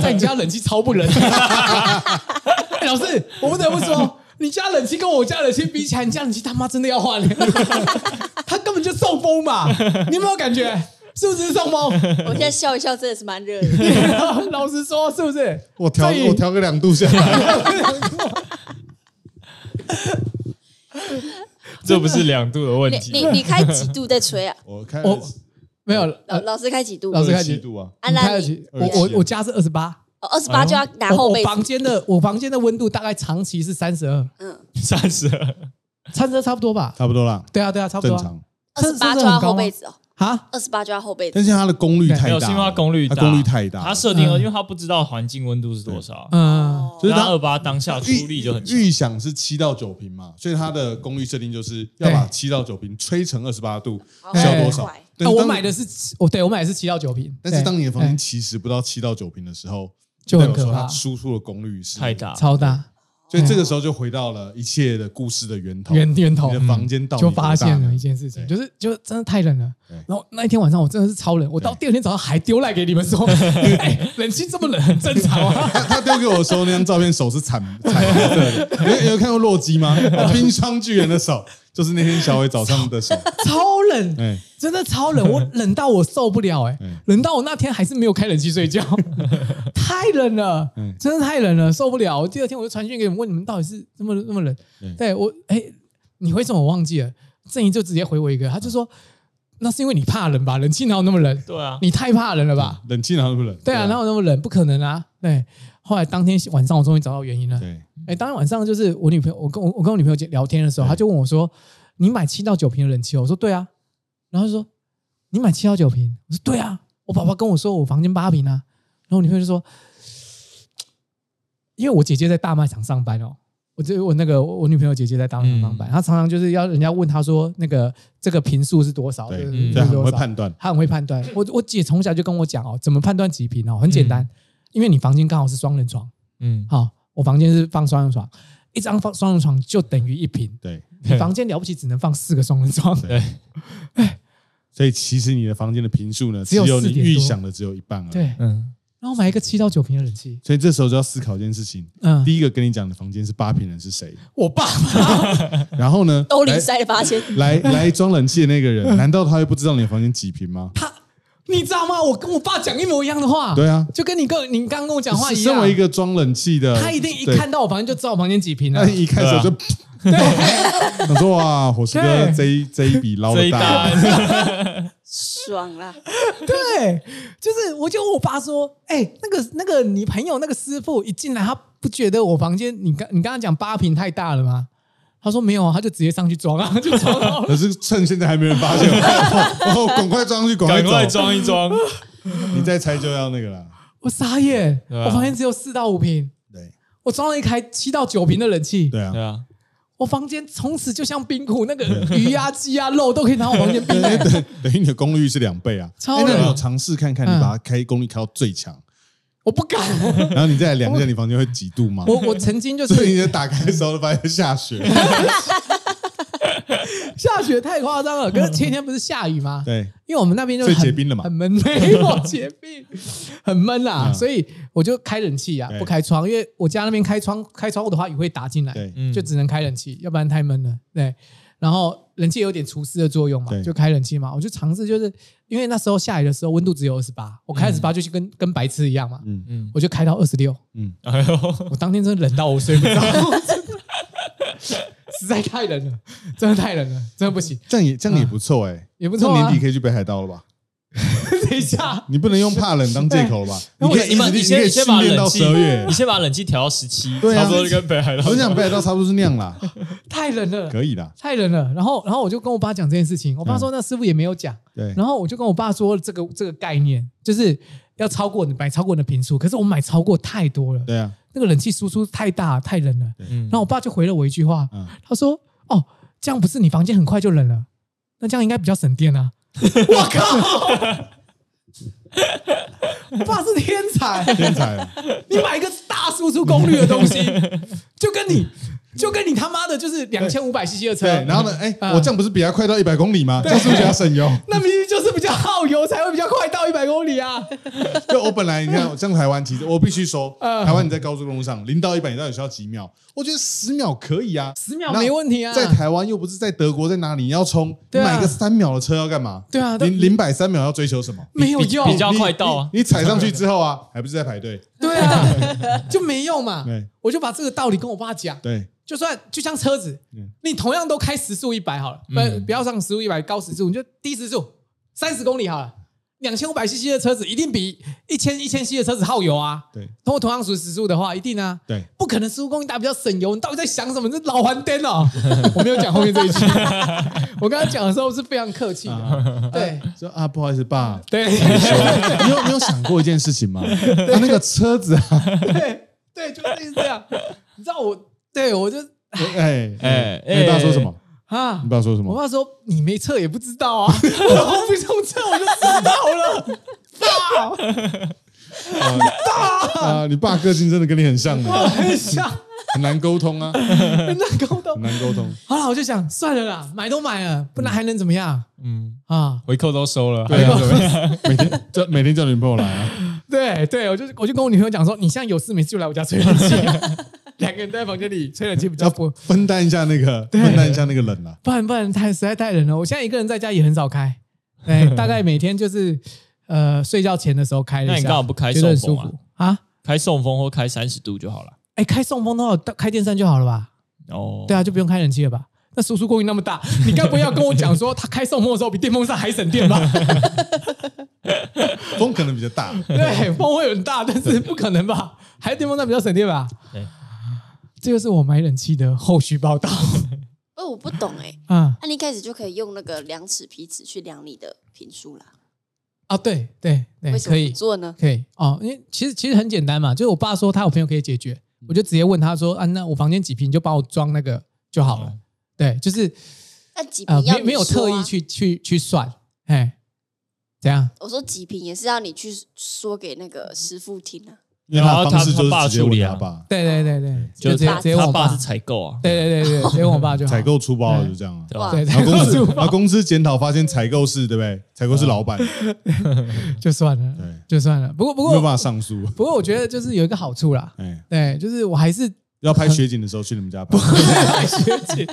在你家冷气超不冷。 哎老师，我不得不说，你家冷气跟我家冷气比起来，你家冷气他妈真的要换， 他根本就送风嘛！你有没有感觉？是不是送风？ 我现在笑一笑，真的是蛮热的。老实说，是不是？我调在我调个两度下来，这不是两度的问你题你。你开几度在吹啊？我开 我没有，老呃老师开几度？老师二开十七度啊，安你开娜了你几？我我我家是二十八，哦二十八就要拿我后我背，房间的我房间的温度大概长期是三十二，嗯，三十二，差不多差不多吧？差不多啦，对啊对啊，差不多正啊常。二十八就要后背子哦，啊。二十八就要后背子但。是它的功率太没大有，了，是因为它功率它大，功率太大他了，设定了，嗯因为他不知道环境温度是多少，哦嗯，就是他它二八当下出力就很强。预预想是七到九平嘛，所以它的功率设定就是要把七到九平吹成二十八度，好消多很少快？但啊是我当买的是七哦，对我买的是七到九瓶，但是对当你的房间哎其实不到七到九平的时候，就很代表说可怕它输出的功率是太，大，超大，所以这个时候就回到了一切的故事的源头。源源头嗯你的房间到底就多大发现了一件事情，对就是就真的太冷了对。然后那一天晚上我真的是超冷，我到第二天早上还丢赖给你们说， 哎，冷气这么冷很正常 啊。他他丢给我的时候，那张照片手是惨惨色的。 你有有看过洛基吗？哦冰霜巨人的手，就是那天小伟早上 的手。超冷，哎，真的超冷，我冷到我受不了哎、 嗯冷到我那天还是没有开冷气 睡觉，太冷了嗯，真的太冷了，受不了。我第二天我就传讯给你们，问你们到底是这么那么冷？嗯对我，哎，你为什么我忘记了？正义就直接回我一个，他就说，那是因为你怕冷吧？冷气哪有那么冷？对啊，你太怕冷了吧？冷气哪有那么冷？对啊，哪有那么冷？不可能啊！对，后来当天晚上我终于找到原因了。对，哎，当天晚上就是我女朋友，我跟我我跟我女朋友聊天的时候，对她就问我说：“你买七到九瓶的冷气哦？”我说：“对啊。”然后她说：“你买七到九瓶？”我说：“对啊。”我爸爸跟我说我房间八瓶啊。然后我女朋友就说：“因为我姐姐在大卖场上班哦，我这我那个我女朋友姐姐在大卖场上班，嗯她常常就是要人家问她说那个这个瓶数是多少，对这个嗯是这多少很会判断。他很会判断。我我姐从小就跟我讲哦，怎么判断几瓶哦，很简嗯单，因为你房间刚好是双人床，嗯，好、我房间是放双人床，一张放双人床就等于一瓶，对，你房间了不起只能放四个双人床，对，所以其实你的房间的平数呢，只只有有你4点多预想的只有一半而已。 对，嗯，然后买一个七到九瓶的冷气，所以这时候就要思考一件事情。嗯，第一个跟你讲的房间是八平人是谁？我爸爸然后 呢？兜里塞了八哎千，来来来装冷气的那个人，难道他会不知道你的房间几平吗？他，你知道吗？我跟我爸讲一模一样的话，对啊就跟你跟你刚跟我讲话一身样，为一个装冷气的，他一定一对哎看到我房间就知道我房间几瓶了那，一开始就， 我说哇，火石哥啊对这一这一笔捞这了一大，啊单爽啦！对，就是我就问我爸说，哎、那个那个你朋友那个师傅一进来，他不觉得我房间你刚你刚刚讲八平太大了吗？他说没有啊，他就直接上去装啊，就装好了。可是趁现在还没人发现， 哦，哦赶快装上去，赶赶快快走，装一装。你再拆就要那个啦。我傻眼，对啊我房间只有四到五平，对我装了一台七到九平的冷气，对啊 对，啊，我房间从此就像冰库，那个鱼啊、鸡啊、肉都可以拿我房间 冰、等于欸。等等于你的功率是两倍啊。超哎那你人有尝试看看，你把它开功率开到最强，我不敢， 然后你再来量一下你房间会几度吗？我我曾经就所以你是在打开的时候发现下雪，下雪太夸张了，可是前天不是下雨吗？嗯对，因为我们那边就所以很结冰了嘛很闷， 没有结冰，很闷啦，嗯所以我就开冷气啊，对不开窗，因为我家那边开窗开窗户的话，雨会打进来，对嗯就只能开冷气，要不然太闷了。对，然后冷气有点除湿的作用嘛对，就开冷气嘛。我就尝试，就是因为那时候下雨的时候温度只有二十八，我开二十八就去跟、跟白痴一样嘛，嗯嗯，我就开到二十六，嗯，哎呦，我当天真的冷到我睡不着， 实在太冷了，真的太冷了，真的不行，这样也这样也不错哎，也不这错、样啊。年底可以去北海道了吧？等一下，你不能用怕冷当借口了吧？那你我可以一你直们你可先以你训先把练到冷十气二 月你。先把冷气调到十七，对啊差不多就跟北海道。我跟你讲，北海道差不多是那样啦，太冷了，可以啦。太冷了。然后，然后我就跟我爸讲这件事情，我爸说那师傅也没有讲。 对，然后我就跟我爸说这个这个概念，就是要超过你买超过你的频数，可是我买超过太多了，对啊，那个冷气输出太大太冷了。嗯然后我爸就回了我一句话，嗯，他说：“哦，这样不是你房间很快就冷了，那这样应该比较省电 啊。”我靠！我爸是天才，天才啊，你买一个大输出功率的东西， 就跟你就跟你他妈的就是两千五百 CC 的车，对，然后呢？哎，嗯我这样不是比他快到一百公里吗？这样是不是比他省油？那明明就是比较耗油才会比较快到一百公 里啊！就我本来你看，我像台湾，其实我必须说，嗯台湾你在高速公路上零到一百，你到底需要几秒？我觉得十秒可以啊，十秒没问题啊，在台湾又不是在德国，在哪里？你要冲，你对啊买个三秒的车要干嘛？对啊对零零百三秒要追求什么？没有用，比比较快到啊你你踩上去之后啊， 还不是在排队？对啊，就没用嘛对。我就把这个道理跟我爸讲，对，就算就像车子嗯，你同样都开时速一百好了，不嗯不要上时速一百，高时速你就低时速三十公里好了。两千五百 CC 的车子一定比一千一千 CC 的车子耗油啊！对，通过同样时时速的话，一定啊，对，不可能十五公里打比较省油。你到底在想什么？你这老还颠 哦！我没有讲后面这一句，我刚刚讲的时候是非常客气的，对说啊，不好意思，爸，对。你有你有想过一件事情吗？他那个车子啊，对对，就类似这样。你知道我，对我就哎哎哎，哎，你爸说什么？啊你，爸说什我么？爸说你没测也不知道啊，我说我不用测我就知道了。操，呃啊，你爸个性真的跟你很像的，很像，很难沟通 啊，很难沟很通。难沟通。好了，我就想算了啦，买都买了，不然还能怎么样嗯，啊？回扣都收 了，对啊，对每天叫每天叫女朋友来啊，对对，我就我就跟我女朋友讲说，你现在有事没事就来我家吹冷 气，两个人都在房间里吹冷气比较要不，分担一下那个，分担一下那个冷啊。不然不然太实在太冷了。我现在一个人在家也很少开， 哎，大概每天就是呃睡觉前的时候开一下。那你干嘛不开觉得很送舒风啊服啊？开送风或开三十度就好了。哎，开送风的话，到开电扇就好了吧？哦，对啊，就不用开冷气了吧？那输出功率那么大，你该不会要跟我讲说，它开送风的时候比电风扇还省电吧？风可能比较 大， 对，风会很大，但是不可能吧？还是电风扇比较省电吧？对，这就是我买冷气的后续报道哦，我不懂哎，啊那你一开始就可以用那个量尺皮尺去量你的频数啦，啊！对对对为，什可么以不做呢？可以哦，因为其实其实很简单嘛，就是我爸说他有朋友可以解决，嗯我就直接问他说啊，那我房间几平，你就帮我装那个就好了。对，就是那几呃，瓶要没你没有说特啊意，去去去算，哎，怎样？我说几瓶也是让你去说给那个师傅听啊。因为他的然后方他式就是他爸直接处问理他啊爸，对对对对，就直接他直接问他我爸是采购啊，对对对对，直接问我爸就好。采购出包了就这 样啊。对吧哇？对然后采公购司是，然后公司检讨发现采购是对不对？啊采购是老板，没就算了对，就算了。不过不有过办法上诉。 不过，我觉得就是有一个好处啦，哎，对，就是我还是要拍雪景的时候去你们家拍学姐，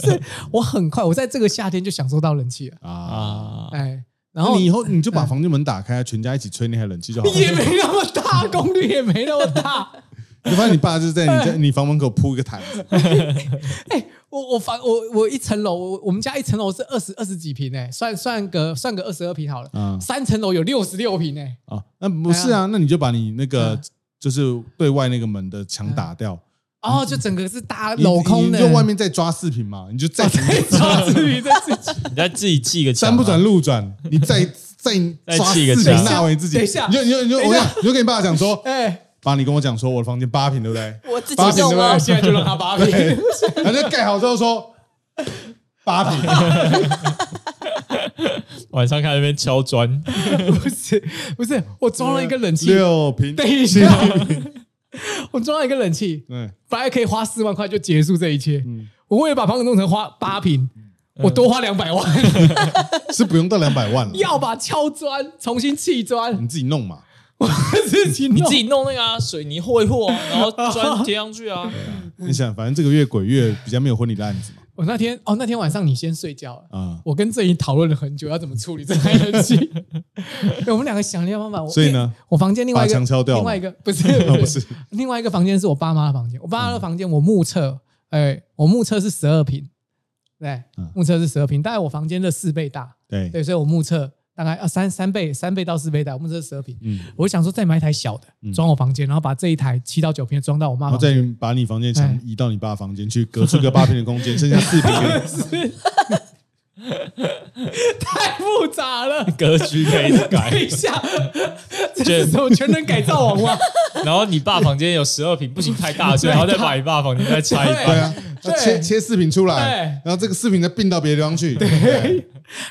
是我很快，我在这个夏天就享受到冷气了， 啊。啊，哎，然然后后你以后你就把房间门打开，啊全家一起吹那台冷气就好 了。也没那么大，功率也没那么大。 你发现你爸就是在你家你房门口铺一个毯 子，我我房我我一层楼，我我们家一层楼是二十二十几平哎、算算个算个二十二平好了，嗯三层楼有六十六平哎，啊，那不是啊，那你就把你那个嗯就是对外那个门的墙打掉，哦，就整个是大你镂嗯空你的，哦就外面再抓四瓶嘛，你就再 抓自己在自己。 你再自己 记个啊山不转路，路转，你再再再抓砌一四个瓶墙纳为自己。等一下你就你就你就等一我下讲，你就跟你爸讲说，哎，爸，你跟我讲说我的房间八平对不对？我自八己平对用不啊吗对？？现在就让他八平对，然后就盖好之后说八平，晚上看那边敲砖， 不是不是，我 装了一个冷气，六平，等一下， 我装了一个冷气，对，本来可以花四万块就结束这一切，嗯，我为了把房子弄成花八平，我多花两百万， 是不用到两百万了，要把敲砖重新砌砖，你自己弄嘛。我自己弄 你自己弄那个啊，水泥和一和，然 后砖贴上去啊。嗯你想，反正这个月鬼月比较没有婚礼的案子嘛，我那天哦，那天晚上你先睡觉了。啊，我跟郑怡讨论了很久，要怎么处理这台 人机。我们两个想了一个方法。我所以呢，我房间另外一把个墙敲掉嘛另外一个 不是啊不是，另外一个房间是我爸妈的房间。我爸妈的房间，我目测，哎，我目测是十二平，对嗯，目测是十二平，大概我房间的四倍大，对，对，所以我目测大概啊三三倍三倍到四倍大，我目测是十二平。嗯，我想说再买一台小的嗯装我房间，然后把这一台七到九平的装到我妈然后房间。 再把你房间墙移到你爸房间去，隔出个八平的空间，剩下四平给 你。啊太复杂了，格局可以 等改 一，下，这是什么全能改造啊王吗？然后你爸房间有十二平，不行太大， 所以然后再把你爸房间再拆一对半。啊，对那切切四平出对来，然后这个四平再并到别的地方去，对，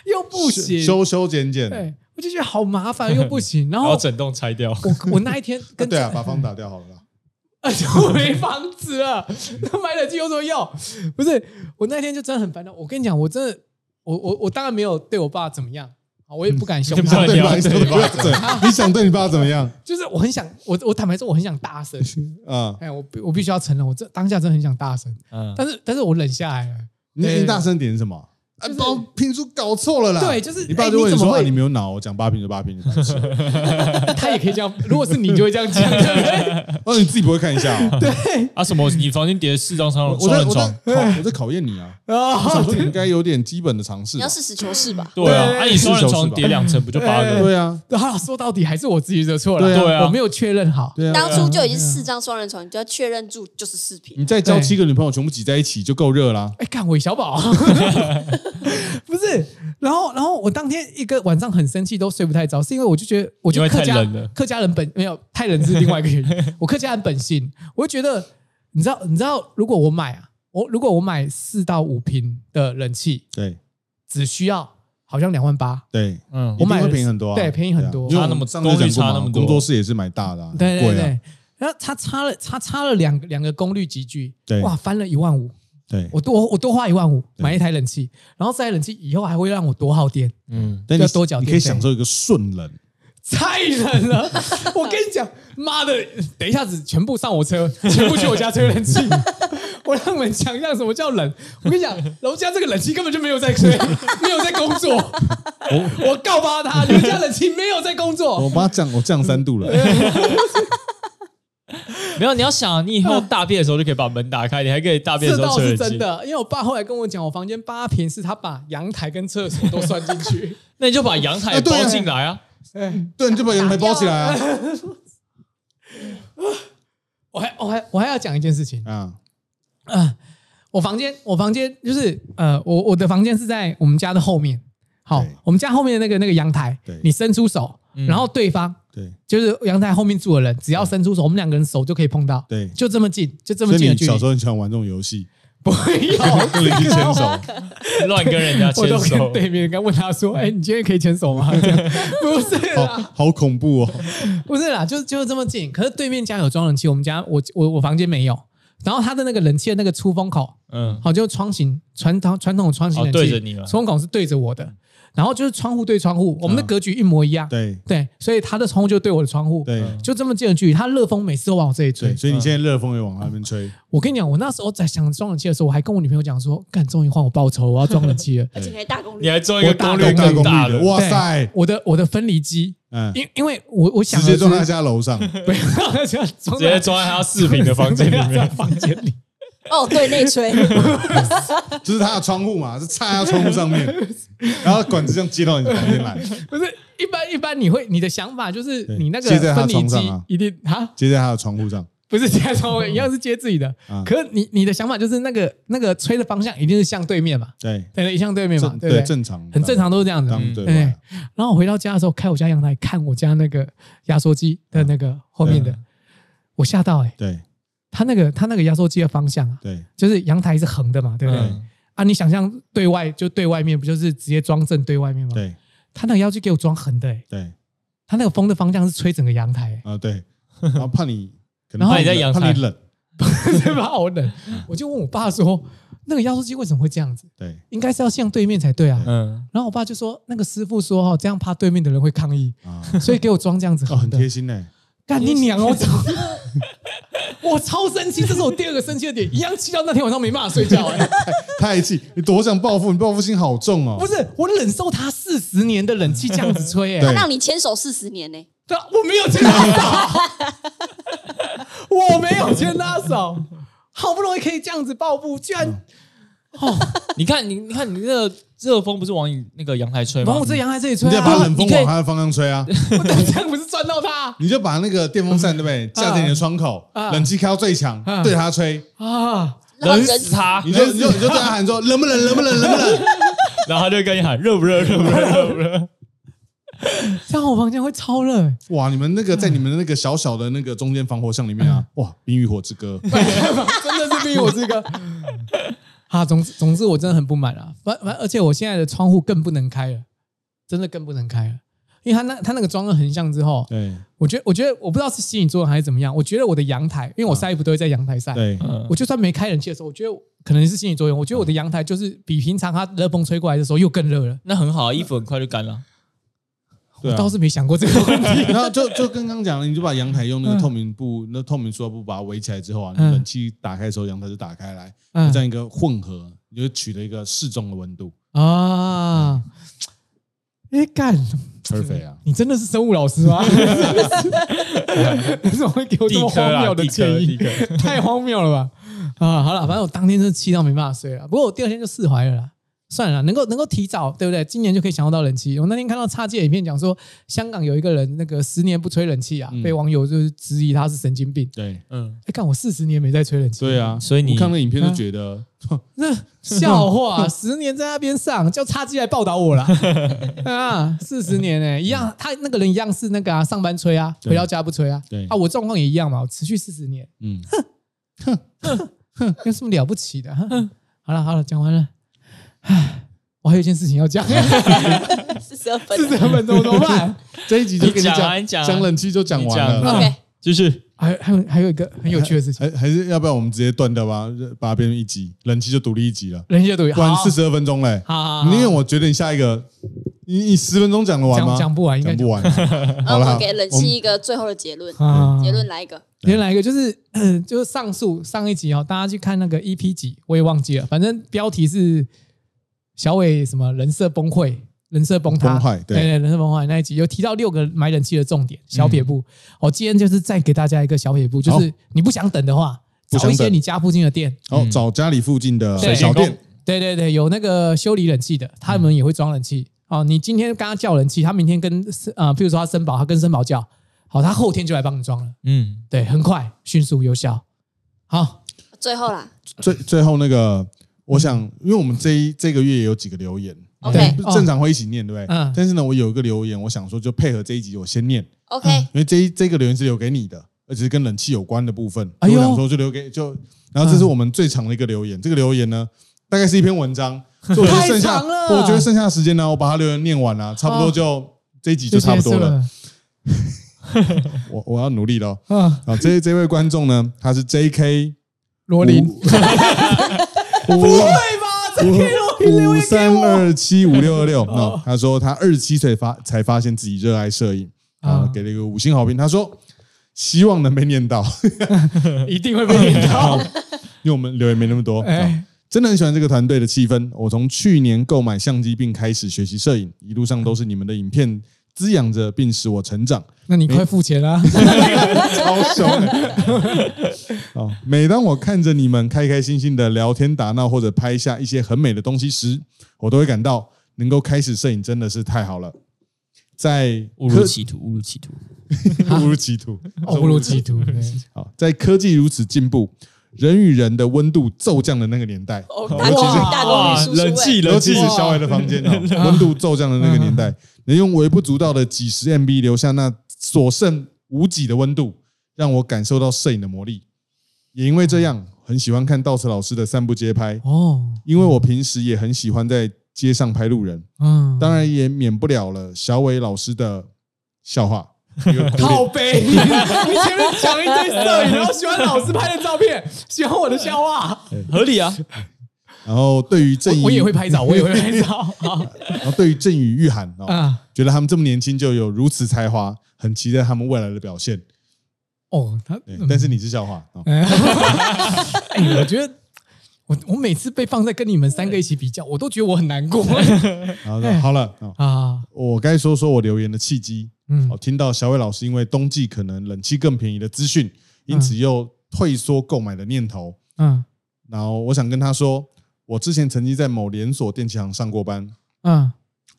又不行，修修剪啊剪。对，我就觉得好麻烦又 不行。然然后后整栋拆掉，我我那一天啊 跟对啊，把房打掉好了 啦。我没啊房子了， 那买冷气有什么用？不是，我那天就真的很烦恼。我跟你讲，我真的，我我我当然没有对我爸怎么样，啊我也不敢凶嗯你他想，对对你爸你怎要么样？你想对你爸怎么样？就是我很想，我我坦白说，我很想大声。啊，哎，我我必须要承认，我这当下真的很想大声，嗯，但是但是我忍下来了。你对你大声点是什么？哎，就是把我评书搞错了啦！对就是你爸哎就问你怎么说：“啊，会你没有脑，我讲八平就八平。” 他也可以这样，如果是你就会这样讲， 对不对？哦，你自己不会看一下哦？ 啊什么？你房间叠了四张双我哦人我双在人我在床，考我在考验你啊！我啊 想说你应该有点基本的常识啊你吧要。实事求是吧？对啊，对啊你双四人手是床吧叠两层不就八个？对啊，啊，说到底还是我自己惹错了，对啊对啊我没有确认好。对啊。当初嗯就已经四张双人床，你就要确认住就是四平。。你再交七个女朋友全部挤在一起就够热啦。哎，干韦小宝， 不是，然后，然后我当天一个晚上很生气，都睡不太着，是因为我就觉得，我觉得因为客太家冷了客家人本没有太冷是另外一个原因，我客家人本性，我就觉得，你知道，你知道，如果我买啊，我如果我买四到五瓶的冷气，对只需要好像两万八，对，嗯我买了一定会便宜很多啊，对便宜很多对啊因为差那么我上次讲过功率嘛差那么多工作室也是买大的啊，对很对贵啊对，然后他差了，他差了两个两个功率集聚，对哇，翻了一万五，对。我多我多花一万五对买一台冷气，然后这台冷气以后还会让我多耗电，嗯，但你要多缴你电可以费享受一个顺冷， 太冷了！啊我跟你讲，妈的，等一下子全部上我车，全部去我家吹 冷气，我让你们想象什么叫冷。我跟你讲，楼下这个冷气根本就没有 在吹，没有在工作，哦我告发他，你们家冷气没有在工作我。把它降，我降三度了。没有，你要想，你以后大便的时候就可以把门打开，你还可以大便这的时倒候吹冷是真气。的，因为我爸后来跟我讲，我房间八平是他把阳台跟厕所都算进 去。那你就把阳台啊对啊包进来啊。哎对，你就把阳台包起来啊！我还我还我还要讲一件事情，啊，呃，我房间，我房间就是呃，我我的房间是在我们家的后面，好对，我们家后面的那个那个阳台对，你伸出手，嗯然后对方对，就是阳台后面住的人，只要伸出手，我们两个人手就可以碰到，对就这么近，就这所么以近的你距小时 离，候很喜欢玩这种游戏，不要。跟邻居牵手，乱 跟人家我牵都手跟，对面跟问他说：“哎、你今天可以牵手吗？”这样 不是好啦，好恐怖哦！不是啦，就就是这么近。可是对面家有装冷气，我们家我我我房间没有。然后他的那个冷气的那个出风口，嗯，好，就是窗型传统传统的窗型哦冷气，对着你嘛窗孔是对着我的，然后就是窗户对窗户，我们的嗯格局一模一样，对对，所以他的窗户就对我的窗户，对嗯就这么近的距离，他热风每次都往我这里吹对，。嗯所以你现在热风也往那边吹，我跟你讲，我那时候在想装冷气的时候，我还跟我女朋友讲说，干，终于换我报仇，我要装冷气了 而且还大功你率，还装一个我大功率功率更大的，的，哇对塞，我的我的分离机，嗯，因因为我我想直的接是撞 他家楼上，不要这样装直接装在他视频的房间 里在面。房间里。哦，对内 吹，就是他的窗户嘛，是插在他窗户上 面，然后管子这样接到你房间来，不是一般一般，你会你的想法就是对你那个接在他分离床上机啊一定啊，接在他的窗户上，不是接窗户，一样是接自己的。啊可是你你的想法就是那个那个吹的方向一定是向对面嘛，对，对，向对面嘛正，对不对？正常，很正常，都是这样子。当嗯当对对外，然后我回到家的时候，开我家阳台看我家那个压缩机的那个后面嗯的，我吓到哎、欸，对它那个它那个压缩机的方向啊，对就是阳台是横的嘛，对不对？嗯啊，你想象对外就对外面，不就是直接装正对外面吗？，对他那个要去给我装横的、欸，对他那个风的方向是吹整个阳台、啊 对，然后怕你，可能然后怕你在阳台怕你冷，欸， 对吧？好冷，嗯我就问我爸说，那个压缩机为什么会这样子？对应该是要向对面才对啊。嗯，然后我爸就说，那个师傅说哈、哦，这样怕对面的人会 抗议，啊， 所以给我装这样子哦，很横的。贴心呢，干你娘！我操！ 我超生气，这是我第二个生气的点，一样气到那天晚上没办法睡觉、哎，哦太气，你多想报复，你报复心好重哦，不是我忍受他四十年的冷气这样子吹、哎对他让你牵手四十年欸呢，对啊，我没有牵他 手，我没有牵他手，好不容易可以这样子报复，居然嗯哦，你看你你看你那个热风不是往你那个阳台吹吗往？我这阳台这里吹你得把啊，冷风往他的方向吹 啊，我这样不是赚到他你就把那个电风扇对不 对，架在你的窗口，啊冷气开到最强啊，对他吹，啊？然后冷人死他， 你就你就你就对他喊说冷不冷，冷不冷，冷不冷， 然后他就跟你喊热不热，热不热，热不热。这样我房间会超热、哎哇，你们那个在你们的那个小小的那个中间防火巷里面啊，哇，《冰与火之歌》 真的是逼我这个。 啊，总之总之我真的很不满啊，反反而且我现在的窗户更不能开了，真的更不能开了，因为它那它那个装了横向之后，对我觉得我觉得我不知道是心理作用还是怎么样，我觉得我的阳台，因为我晒衣服都会在阳台晒，对嗯我就算没开冷气的时候，我觉得我可能是心理作用，我觉得我的阳台就是比平常它热风吹过来的时候又更热了，那很好啊，衣服很快就干了。对我啊，倒是没想过这个 问题，然后就就跟刚刚讲了，你就把阳台用那个嗯透明布、那透明塑料布把它围起来之后啊，你嗯冷气打开的时候，阳台就打开来，嗯这样一个混合，你就取得一个适中的温度嗯啊，哎干， ，perfect 啊。你真的是生物老师 吗？你怎么会给我这地么科荒啊，谬地的科，建地议？科。太荒谬了吧！ 啊，好了，反正我当天真的气到没办法睡了。不过我第二天就释怀了啦，算了啦能够能够提早，对不对？今年就可以享受到冷气。我那天看到差界影片讲说，香港有一个人那个十年不吹冷气啊，嗯被网友就是质疑他是神经病。对嗯，哎，看我四十年没在吹冷气，对，啊，所以你我看那影片就觉得，那笑话，十年在那边上，叫差界来报 道我啦。啊，四十年哎、一样，他那个人一样是那个啊，上班吹啊，嗯对回到家不吹啊，对啊，我状况也一样嘛，我持续四十年。嗯嗯，有什么了不起的？嗯好了好了，讲完了。唉，我还有一件事情 要讲，四十二分啊四十分钟怎么办？这一集就跟你讲啊讲你讲啊冷气就讲完你了讲。 ，OK， 就是还有还有还有一个很有趣的事情，还还是要不要我们直接断掉吧，把它变成一集，冷气就独立一集了，人家都有。不然好四，十二分钟嘞。好好，因为好我觉得你下一个，你你十分钟讲得完吗？讲讲不完，应该讲不讲完。然好后我了，们给冷我们气一个最后的结论，啊结论来一个，原来一个就是， 嗯就是上述上一集哦，大家去看那个 EP 几，我也忘记了，反正标题是小伟什么人设崩溃，人设崩塌，崩坏对嗯人设崩坏那一集有提到六个买冷气的重点小撇步。我、今天就是再给大家一个小撇步，就是你不想等的话，不找想一些等你家附近的店， 好嗯找家里附近的对小店，对对对，有那个修理冷气的，他们也会装冷嗯气。哦，你今天跟他叫冷气，他明天跟呃，譬如说他森宝，他跟森宝叫，好，他后天就来帮你装了。嗯，对，很快、迅速、有效。好，最后啦最最后那个，我想，因为我们这一这个月也有几个留言， ，OK 哦正常会一起念，对不对？嗯但是呢，我有一个留言，我想说就配合这一集，我先念， OK，因为这一这个留言是留给你的，而且是跟冷气有关的部分。哎呦嗯所以我想说就留给就，然后这是我们最长的一个留言。这个留言呢，大概是一篇文章，所以我觉得剩 太下长了哦我觉得剩下的时间呢，我把它留言念完了，差不多就、这一集就差不多了。我我要努力了。嗯，啊，这这位观众呢，他是 J K 罗琳，五对吧？这可以罗琳 留五言给三我二七五六二六，那他说他二十七岁发才发现自己热爱摄影，啊啊，给了一个五星好评。他说希望能被念 到，一定会被念到。因为我们留言没那么多。啊哎，真的很喜欢这个团队的气氛。我从去年购买相机并开始学习摄影，一路上都是你们的影片滋养着并使我成长。那你快付钱啊！超 凶的。哦，每当我看着你们开开心心的聊天打闹，或者拍下一些很美的东西时，我都会感到能够开始摄影真的是太好了。在误入科 歧途，误入歧途。误入歧途，哦，不如基督，对好，在科技如此进步，人与人的温度骤降的那个年代，哦，尤大其公是里大公里叔哎叔冷气位，尤冷其气是，小矮的房间 哦， 温度骤降的那个年嗯代，能用微不足道的几十 MB 留下那所剩无几的温度，让我感受到摄影的魔力。也因为这样，很喜欢看道慈老师的散步街拍，哦，因为我平时也很喜欢在街上拍路人，嗯，当然也免不了了小伟老师的笑话。有有点靠 背，你前面讲一堆摄影，然后喜欢老师拍的照片，喜欢我的笑话，合理啊，然后对于郑我怡，我也会拍照，我也会拍照 好然后对于郑宇、玉涵哦，啊。觉得他们这么年轻就有如此才华，很期待他们未来的表现。哦，他，对嗯但是你是笑话哦， 哎，我觉得我我每次被放在跟你们三个一起比较，我都觉得我很难过然哎后说好了哦，啊。我该说说我留言的契机。嗯哦，，听到小伟老师因为冬季可能冷气更便宜的资讯，因此又退缩购买的念头。嗯然后我想跟他说，我之前曾经在某连锁电器行上过班。嗯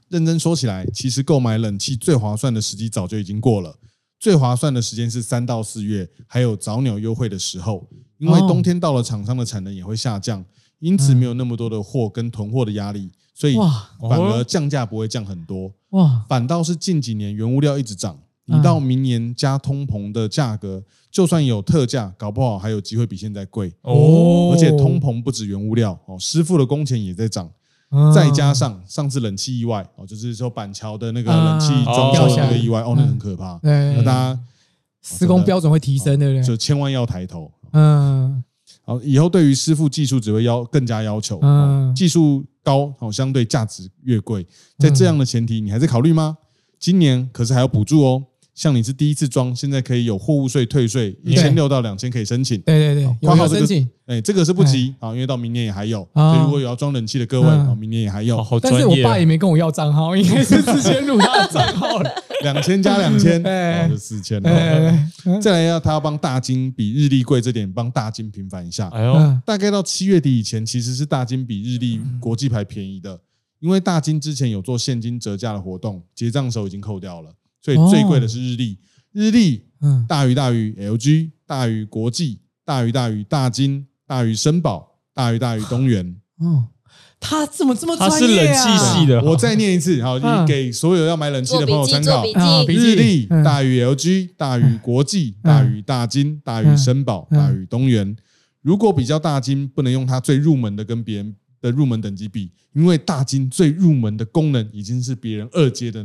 认真说起来，其实购买冷气最划算的时机早就已经过了。最划算的时间是三到四月，还有早鸟优惠的时候，因为哦嗯冬天到了，厂商的产能也会下降，因此没有那么多的货跟囤货的压力，所以哇哦反而降价不会降很多。哇，反倒是近几年原物料一直涨，嗯你到明年加通膨的价格，就算有特价，搞不好还有机会比现在贵。哦，而且通膨不止原物料哦，师傅的工钱也在涨。嗯再加上上次冷气意外哦，就是说板桥的那个冷气啊装修的那个意外掉下来哦，那很可怕。对那大家施工标准会提升，对不对？就千万要抬头嗯哦，以后对于师傅技术只会要更加要求，嗯技术高哦，相对价值越贵。在这样的前提，你还在考虑吗？今年可是还有补助哦，像你是第一次装，现在可以有货物税退税，一对千六到两千可以申请。对对对，有括有号这申个请，哎，这个是不急啊，因为到明年也还有。啊所以如果有要装冷气的各位，嗯哦，明年也还有好。好但是专我业爸也哦，没跟我要账号，应该是直接入他的账号了。两千加两千，哎哦，就四千了。哎，再来要他要帮大金比日历贵这点，帮大金平反一下。哎呦，嗯大概到七月底以前，其实是大金比日历国际牌便宜的，因为大金之前有做现金折价的活动，结账的时候已经扣掉了，所以最贵的是日历。日历嗯，大于大于 LG，大于国际，大于大于大金，大于绅宝，大于大于东元。哦，他怎么这么他专是业冷啊气系的，我再念一次，好，嗯给所有要买冷气做的朋友笔记参做考笔。啊记，笔日记立嗯大于 LG 大于国际嗯大于大金大于绅宝嗯大于东元。如果比较大金，不能用它最入门的跟别人的入门等级比，因为大金最入门的功能已经是别人二阶的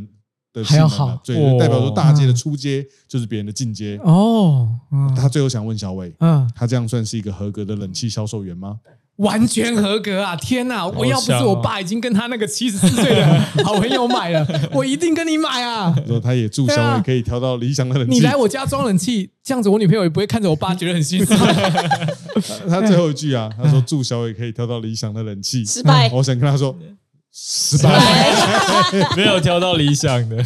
的还要性能了好所哦以代表说大阶的初阶就是别人的进阶。哦，嗯他最后想问小伟，嗯，他这样算是一个合格的冷气销售员吗？完全合格啊！天哪，我要不香是哦我爸已经跟他那个七十四岁的好朋友买了，我一定跟你买啊！他说他也祝对小啊伟可以挑到理想的冷你气来。我家装冷气，这样子我女朋友也不会看着我爸觉得很心酸。 他最后一句嗯啊，他说祝小伟可以挑到理想的冷气。失败。我想跟他说失啊败。没有挑到理想的，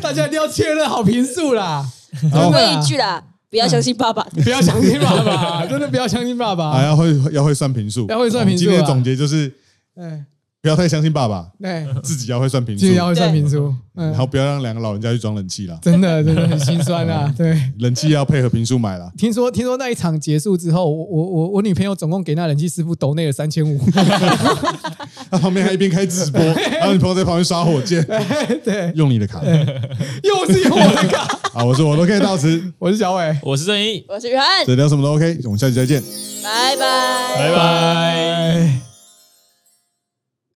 大家一定要确认好评数啦，好嗯真的问啊一句啦，不要相信爸爸。不要相信爸爸，真的不要相信爸啊，爸。要会要会算平数，哦要会算我们平数今天的啊总结就是哎，不要太相信爸爸，对，自己要会算平数记得，要会算评数，嗯然，后不要让两个老人家去装冷气啦，真的真的很心酸啊，对。冷气要配合平数买啦。听说听说那一场结束之后，我我我我女朋友总共给那冷气师傅抖内了三千五，他旁边还一边开直 播，然后你朋友在旁边刷火箭，对，用你的卡又是用我的卡。啊！我说我都可以到此， 我是小伟，我是正义，我是雨涵，这聊什么都 OK，我们下期再见。拜拜。拜拜。